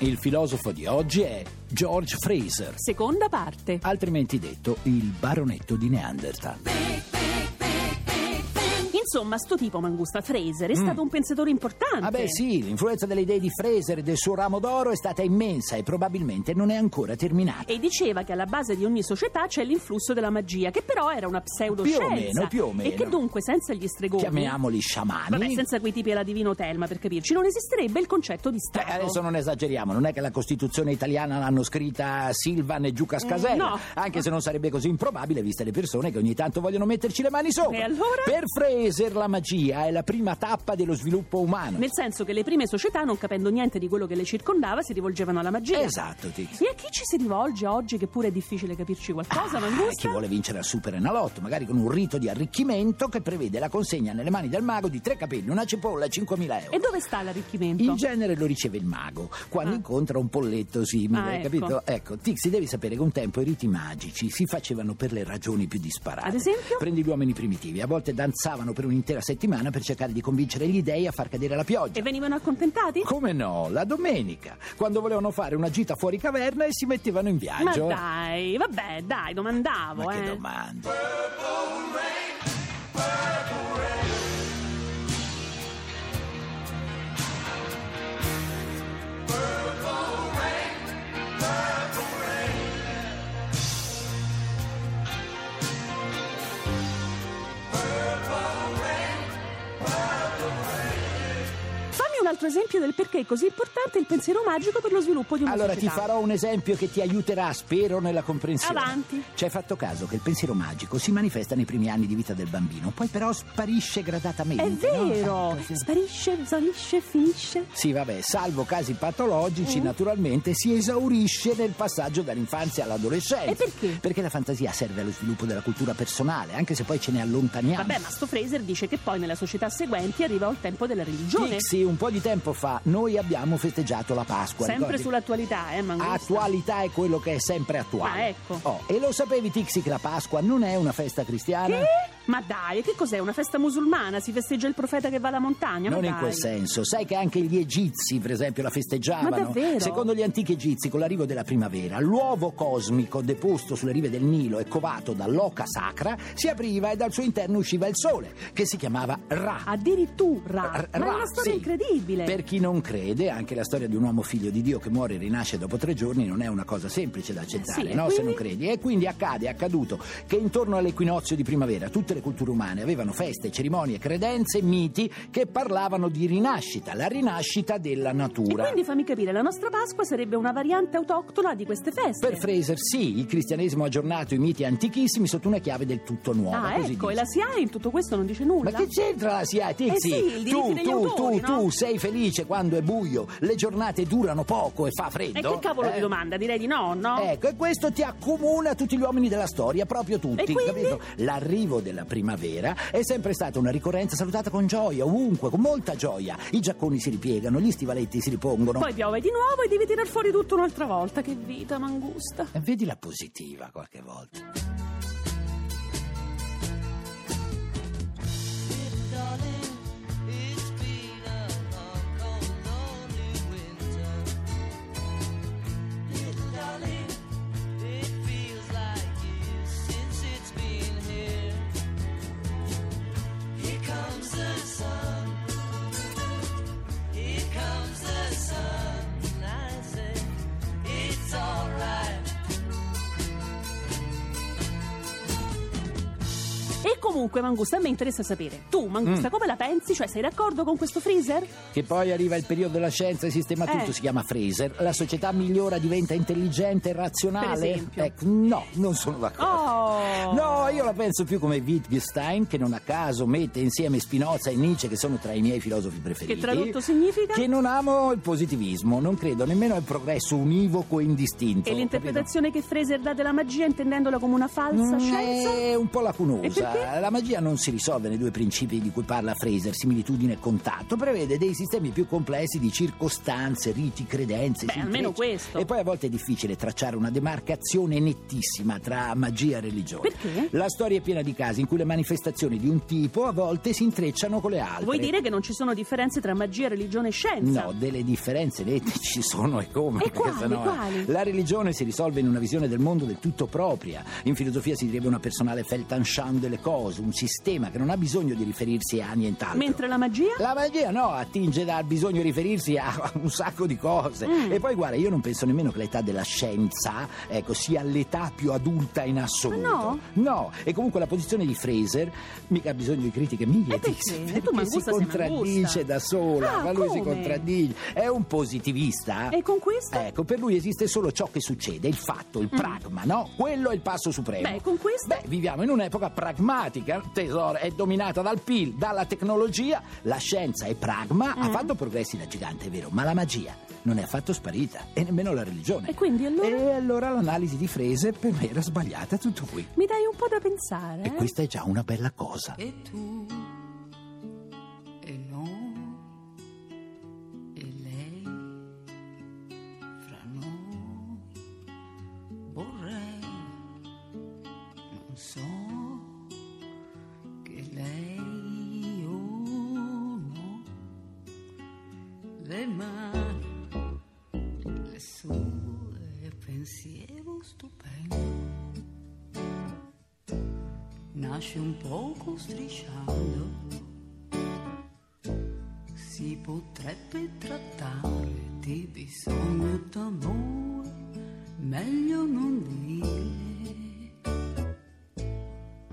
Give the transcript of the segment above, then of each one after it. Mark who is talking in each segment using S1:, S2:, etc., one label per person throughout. S1: Il filosofo di oggi è George Fraser,
S2: Seconda parte.
S1: altrimenti detto il baronetto di Neanderthal.
S2: Insomma, sto tipo Mangusta Fraser è stato un pensatore importante.
S1: Mm. Ah beh sì, l'influenza delle idee di Fraser e del suo ramo d'oro è stata immensa e probabilmente non è ancora terminata.
S2: E diceva che alla base di ogni società c'è l'influsso della magia, che però era una pseudoscienza.
S1: Più o meno, più o
S2: E che
S1: meno.
S2: dunque senza gli stregoni.
S1: Chiamiamoli sciamani.
S2: Vabbè, senza quei tipi alla Divino Telma, per capirci, non esisterebbe il concetto di
S1: Beh,
S2: Stato.
S1: adesso non esageriamo, non è che la Costituzione italiana l'hanno scritta Silvan e Giuca Scasella,
S2: Mm, no.
S1: anche se non sarebbe così improbabile viste le persone che ogni tanto vogliono metterci le mani sopra.
S2: E allora?
S1: Per Fraser la magia è la prima tappa dello sviluppo umano.
S2: Nel senso che le prime società, non capendo niente di quello che le circondava, si rivolgevano alla magia.
S1: Esatto, Tizio.
S2: E a chi ci si rivolge oggi, che pure è difficile capirci qualcosa, Mangusta?
S1: Ah, Chi vuole vincere al super enalotto, magari con un rito di arricchimento che prevede la consegna nelle mani del mago di tre capelli, una cipolla e 5.000 euro.
S2: E dove sta l'arricchimento?
S1: In genere lo riceve il mago quando
S2: Ah.
S1: incontra un polletto simile,
S2: Ah,
S1: hai
S2: ecco.
S1: capito? Ecco, Tixi, devi sapere che un tempo i riti magici si facevano per le ragioni più disparate.
S2: Ad esempio?
S1: Prendi gli uomini primitivi, a volte danzavano per un'intera settimana per cercare di convincere gli dei a far cadere la pioggia.
S2: E venivano accontentati?
S1: Come no, la domenica, quando volevano fare una gita fuori caverna e si mettevano in
S2: Ma
S1: viaggio.
S2: dai, vabbè, dai, domandavo,
S1: Ma che
S2: eh.
S1: domanda!
S2: Fammi un altro esempio del perché è così importante il pensiero magico per lo sviluppo di una
S1: Allora ti
S2: società.
S1: farò un esempio che ti aiuterà, spero, nella comprensione.
S2: Avanti.
S1: Ci hai fatto caso che il pensiero magico si manifesta nei primi anni di vita del bambino, poi però sparisce gradatamente.
S2: È
S1: no?
S2: vero,
S1: Ecco, sì.
S2: sparisce, svanisce, finisce.
S1: Sì, vabbè, salvo casi patologici,
S2: Mm.
S1: naturalmente si esaurisce nel passaggio dall'infanzia all'adolescenza.
S2: E perché?
S1: Perché la fantasia serve allo sviluppo della cultura personale, anche se poi ce ne allontaniamo.
S2: Vabbè, ma sto Fraser dice che poi nella società seguenti arriva il tempo della religione.
S1: Sì, un po' di tempo fa noi abbiamo festeggiato la Pasqua.
S2: Sempre
S1: ricordi?
S2: sull'attualità, eh, Mangusta.
S1: Attualità è quello che è sempre attuale.
S2: Ah, ecco.
S1: Oh, e lo sapevi, Tixi, che la Pasqua non è una festa cristiana?
S2: Che? Ma dai, che cos'è? Una festa musulmana? Si festeggia il profeta che va alla montagna? Ma
S1: Non in
S2: dai.
S1: quel senso, sai che anche gli egizi, per esempio, la festeggiavano.
S2: Ma davvero?
S1: Secondo gli antichi egizi, con l'arrivo della primavera, l'uovo cosmico deposto sulle rive del Nilo e covato dall'oca sacra si apriva e dal suo interno usciva il sole, che si chiamava Ra.
S2: Addirittura.
S1: R-
S2: ma è
S1: Ra,
S2: una storia
S1: sì.
S2: incredibile.
S1: Per chi non crede, anche la storia di un uomo figlio di Dio che muore e rinasce dopo tre giorni non è una cosa semplice da accettare,
S2: Sì, e
S1: no? Se non
S2: quindi?
S1: credi. E quindi accade, è accaduto che intorno all'equinozio di primavera tutte le culture umane avevano feste, cerimonie, credenze, miti che parlavano di rinascita, la rinascita della
S2: E
S1: natura.
S2: quindi fammi capire, la nostra Pasqua sarebbe una variante autoctona di queste feste.
S1: Per Fraser, sì, il cristianesimo ha aggiornato i miti antichissimi sotto una chiave del tutto nuova.
S2: Ah,
S1: così
S2: ecco, e
S1: dice.
S2: la CIA in tutto questo non dice nulla.
S1: Ma che c'entra la SIA, Tixi?
S2: Eh sì, il diritto
S1: tu,
S2: degli
S1: tu,
S2: autori,
S1: tu,
S2: no?
S1: tu sei felice quando è buio, le giornate durano poco e fa freddo.
S2: E che cavolo
S1: Eh?
S2: di domanda? Direi di no, no?
S1: Ecco, e questo ti accomuna a tutti gli uomini della storia, proprio tutti.
S2: E quindi?
S1: capito? L'arrivo della primavera è sempre stata una ricorrenza salutata con gioia, ovunque, con molta gioia. I giacconi si ripiegano, gli stivaletti si ripongono.
S2: Poi piove di nuovo e devi tirar fuori tutto un'altra volta. Che vita, mangusta.
S1: E Vedi la positiva qualche volta.
S3: It's alright.
S2: Comunque, Mangusta, a me interessa sapere. Tu, Mangusta,
S1: Mm.
S2: come la pensi? Cioè, sei d'accordo con questo freezer?
S1: Che poi arriva il periodo della scienza e sistema
S2: Eh.
S1: tutto, si chiama Fraser. La società migliora, diventa intelligente e razionale.
S2: Per esempio.
S1: Ecco, no, non sono d'accordo.
S2: Oh!
S1: No, io la penso più come Wittgenstein, che non a caso mette insieme Spinoza e Nietzsche, che sono tra i miei filosofi preferiti.
S2: Che tradotto significa?
S1: Che non amo il positivismo, non credo nemmeno al progresso univoco e indistinto.
S2: E l'interpretazione che Fraser dà della magia intendendola come una falsa
S1: capito? Mm,
S2: scienza?
S1: È un po'
S2: E
S1: lacunosa.
S2: perché?
S1: La magia non si risolve nei due principi di cui parla Fraser, similitudine e contatto. Prevede dei sistemi più complessi di circostanze, riti, credenze.
S2: Beh,
S1: si
S2: almeno
S1: intreccia.
S2: questo.
S1: E poi a volte è difficile tracciare una demarcazione nettissima tra magia e religione.
S2: Perché?
S1: La storia è piena di casi in cui le manifestazioni di un tipo a volte si intrecciano con le altre.
S2: Vuoi dire che non ci sono differenze tra magia, religione e scienza?
S1: No, delle differenze nette ci sono e come.
S2: E
S1: perché
S2: quali,
S1: sennò- eh.
S2: quali?
S1: La religione si risolve in una visione del mondo del tutto propria. In filosofia si direbbe una personale Feltanschauung delle cose, un sistema che non ha bisogno di riferirsi a nient'altro.
S2: Mentre la magia?
S1: La magia no, attinge dal bisogno di riferirsi a un sacco di cose.
S2: Mm.
S1: E poi guarda, io non penso nemmeno che l'età della scienza, ecco, sia l'età più adulta in assoluto.
S2: Ah, no?
S1: No, e comunque la posizione di Fraser mica ha bisogno di critiche mie.
S2: E Eh, perché? Tu
S1: si
S2: Mangusta sei Mangusta.
S1: contraddice da sola,
S2: Ah,
S1: ma lui si
S2: come?
S1: contraddice. È un positivista.
S2: E con questo?
S1: Ecco, per lui esiste solo ciò che succede, il fatto, il pragma, no? Quello è il passo supremo.
S2: Mm. Beh, con questo?
S1: eh, Beh, viviamo in un'epoca pragmatica, tesoro, è dominata dal PIL, dalla tecnologia, la scienza è pragma,
S2: Mm.
S1: ha fatto progressi da gigante, è vero, ma la magia non è affatto sparita, e nemmeno la religione.
S2: E quindi allora?
S1: E allora l'analisi di Fraser per me era sbagliata, tutto qui.
S2: Mi dai un po' da pensare.
S1: E
S2: eh?
S1: questa è già una bella cosa.
S3: et tout, et non, et lei, fra noi, vorrei, non so, che lei o no, le mani, le sue eh, pensiero stupendo nasce un poco strisciando. Si potrebbe trattare di bisogno d'amore, meglio non dire.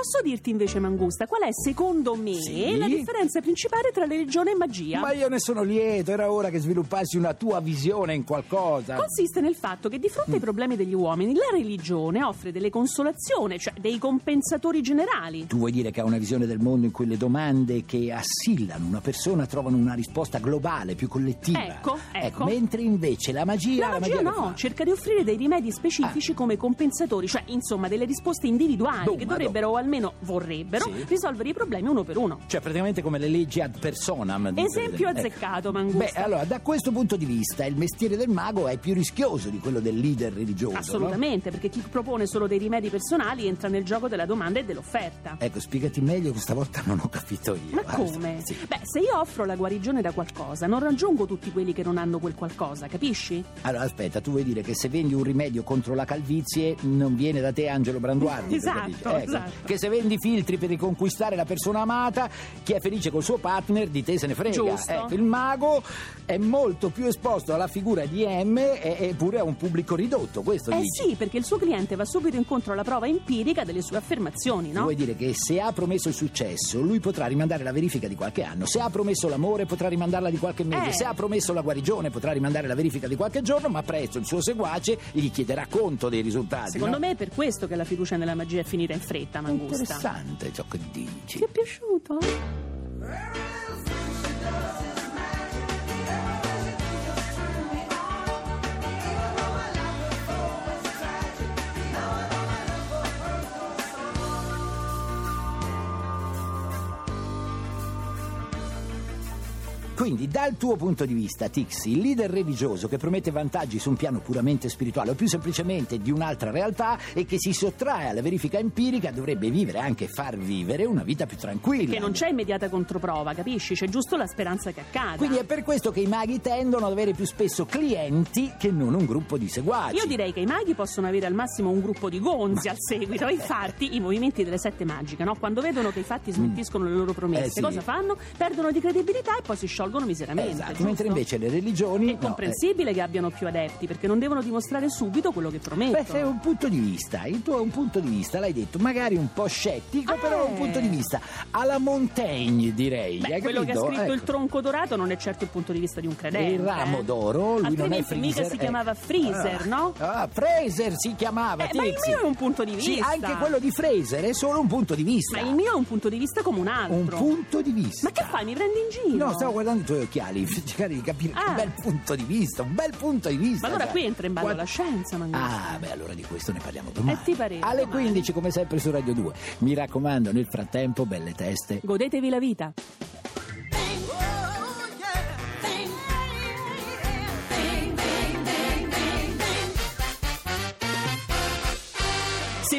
S2: Posso dirti invece, Mangusta, qual è secondo me
S1: Sì?
S2: la differenza principale tra religione e magia?
S1: Ma io ne sono lieto, era ora che sviluppassi una tua visione in qualcosa.
S2: Consiste nel fatto che di fronte
S1: Mm.
S2: ai problemi degli uomini la religione offre delle consolazioni, cioè dei compensatori generali.
S1: Tu vuoi dire che ha una visione del mondo in cui le domande che assillano una persona trovano una risposta globale, più collettiva?
S2: Ecco, ecco.
S1: mentre invece la magia...
S2: La magia
S1: lo
S2: no,
S1: fa. Eh.
S2: cerca di offrire dei rimedi specifici come compensatori, cioè insomma delle risposte individuali
S1: Boom,
S2: che
S1: ma
S2: dovrebbero o almeno vorrebbero
S1: Sì.
S2: risolvere i problemi uno per uno.
S1: Cioè praticamente come le leggi ad personam. di-
S2: Esempio
S1: ecco.
S2: azzeccato,
S1: Beh,
S2: Mangusta.
S1: allora, da questo punto di vista, il mestiere del mago è più rischioso di quello del leader religioso. no?
S2: Assolutamente, perché chi propone solo dei rimedi personali entra nel gioco della domanda e dell'offerta.
S1: Ecco, spiegati meglio, questa volta non ho capito io.
S2: Ma
S1: guarda.
S2: come?
S1: Sì.
S2: Beh, se io offro la guarigione da qualcosa, non raggiungo tutti quelli che non hanno quel qualcosa, capisci?
S1: Allora, aspetta, tu vuoi dire che se vendi un rimedio contro la calvizie non viene da te Angelo Branduardi? per
S2: Esatto,
S1: capire? Ecco.
S2: esatto.
S1: Che se vendi filtri per riconquistare la persona amata, chi è felice col suo partner di te se ne frega.
S2: Giusto.
S1: Ecco, il mago è molto più esposto alla figura di M e- eppure a un pubblico ridotto, questo
S2: eh
S1: dici?
S2: sì, perché il suo cliente va subito incontro alla prova empirica delle sue affermazioni, no?
S1: Vuoi dire che se ha promesso il successo, lui potrà rimandare la verifica di qualche anno, se ha promesso l'amore potrà rimandarla di qualche mese,
S2: Eh.
S1: se ha promesso la guarigione potrà rimandare la verifica di qualche giorno, ma presto il suo seguace gli chiederà conto dei risultati.
S2: Secondo
S1: no?
S2: me è per questo che la fiducia nella magia è finita in fretta, Mangusta.
S1: Interessante ciò che dici.
S2: Ti è piaciuto?
S1: Quindi, dal tuo punto di vista, Tixi, il leader religioso che promette vantaggi su un piano puramente spirituale o più semplicemente di un'altra realtà e che si sottrae alla verifica empirica dovrebbe vivere anche far vivere una vita più tranquilla.
S2: Che non c'è immediata controprova, capisci? C'è giusto la speranza che accada.
S1: Quindi è per questo che i maghi tendono ad avere più spesso clienti che non un gruppo di seguaci.
S2: Io direi che i maghi possono avere al massimo un gruppo di gonzi al seguito. Infatti, i movimenti delle sette magiche, no? quando vedono che i fatti smentiscono le loro promesse,
S1: Mm. Eh sì.
S2: cosa fanno? Perdono di credibilità e poi si risolgono miseramente.
S1: Esatto,
S2: giusto?
S1: mentre invece le religioni...
S2: È
S1: no, eh,
S2: comprensibile che abbiano più adepti perché non devono dimostrare subito quello che
S1: eh, Beh,
S2: promettono.
S1: è un punto di vista, il tuo è un punto di vista, l'hai detto, magari un po' scettico,
S2: Eh.
S1: però è un punto di vista alla Montaigne, direi.
S2: Beh,
S1: hai
S2: quello che ha
S1: capito?
S2: scritto il
S1: Ecco.
S2: tronco dorato non è certo il punto di vista di un credente.
S1: Il ramo
S2: eh.
S1: d'oro, lui non è
S2: Altrimenti
S1: Freezer.
S2: mica si
S1: eh.
S2: chiamava Freezer,
S1: Ah.
S2: no?
S1: Ah, Fraser si chiamava,
S2: Eh, ma il
S1: Tixi.
S2: mio è un punto di
S1: Sì,
S2: vista.
S1: anche quello di Fraser è solo un punto di vista.
S2: Ma il mio è un punto di vista come un altro.
S1: Un punto di vista.
S2: Ma che fai? Mi prendi in giro?
S1: No, stavo guardando i tuoi occhiali per cercare di capire
S2: Ah.
S1: un bel punto di vista, un bel punto di vista.
S2: Ma allora
S1: sai.
S2: qui entra in ballo
S1: Qua-
S2: la scienza, Mangusta.
S1: Ah, beh, allora di questo ne parliamo domani.
S2: Eh, ti pareva,
S1: Alle
S2: domani.
S1: 15, come sempre, su Radio 2. Mi raccomando, nel frattempo, belle teste.
S2: Godetevi la vita. Se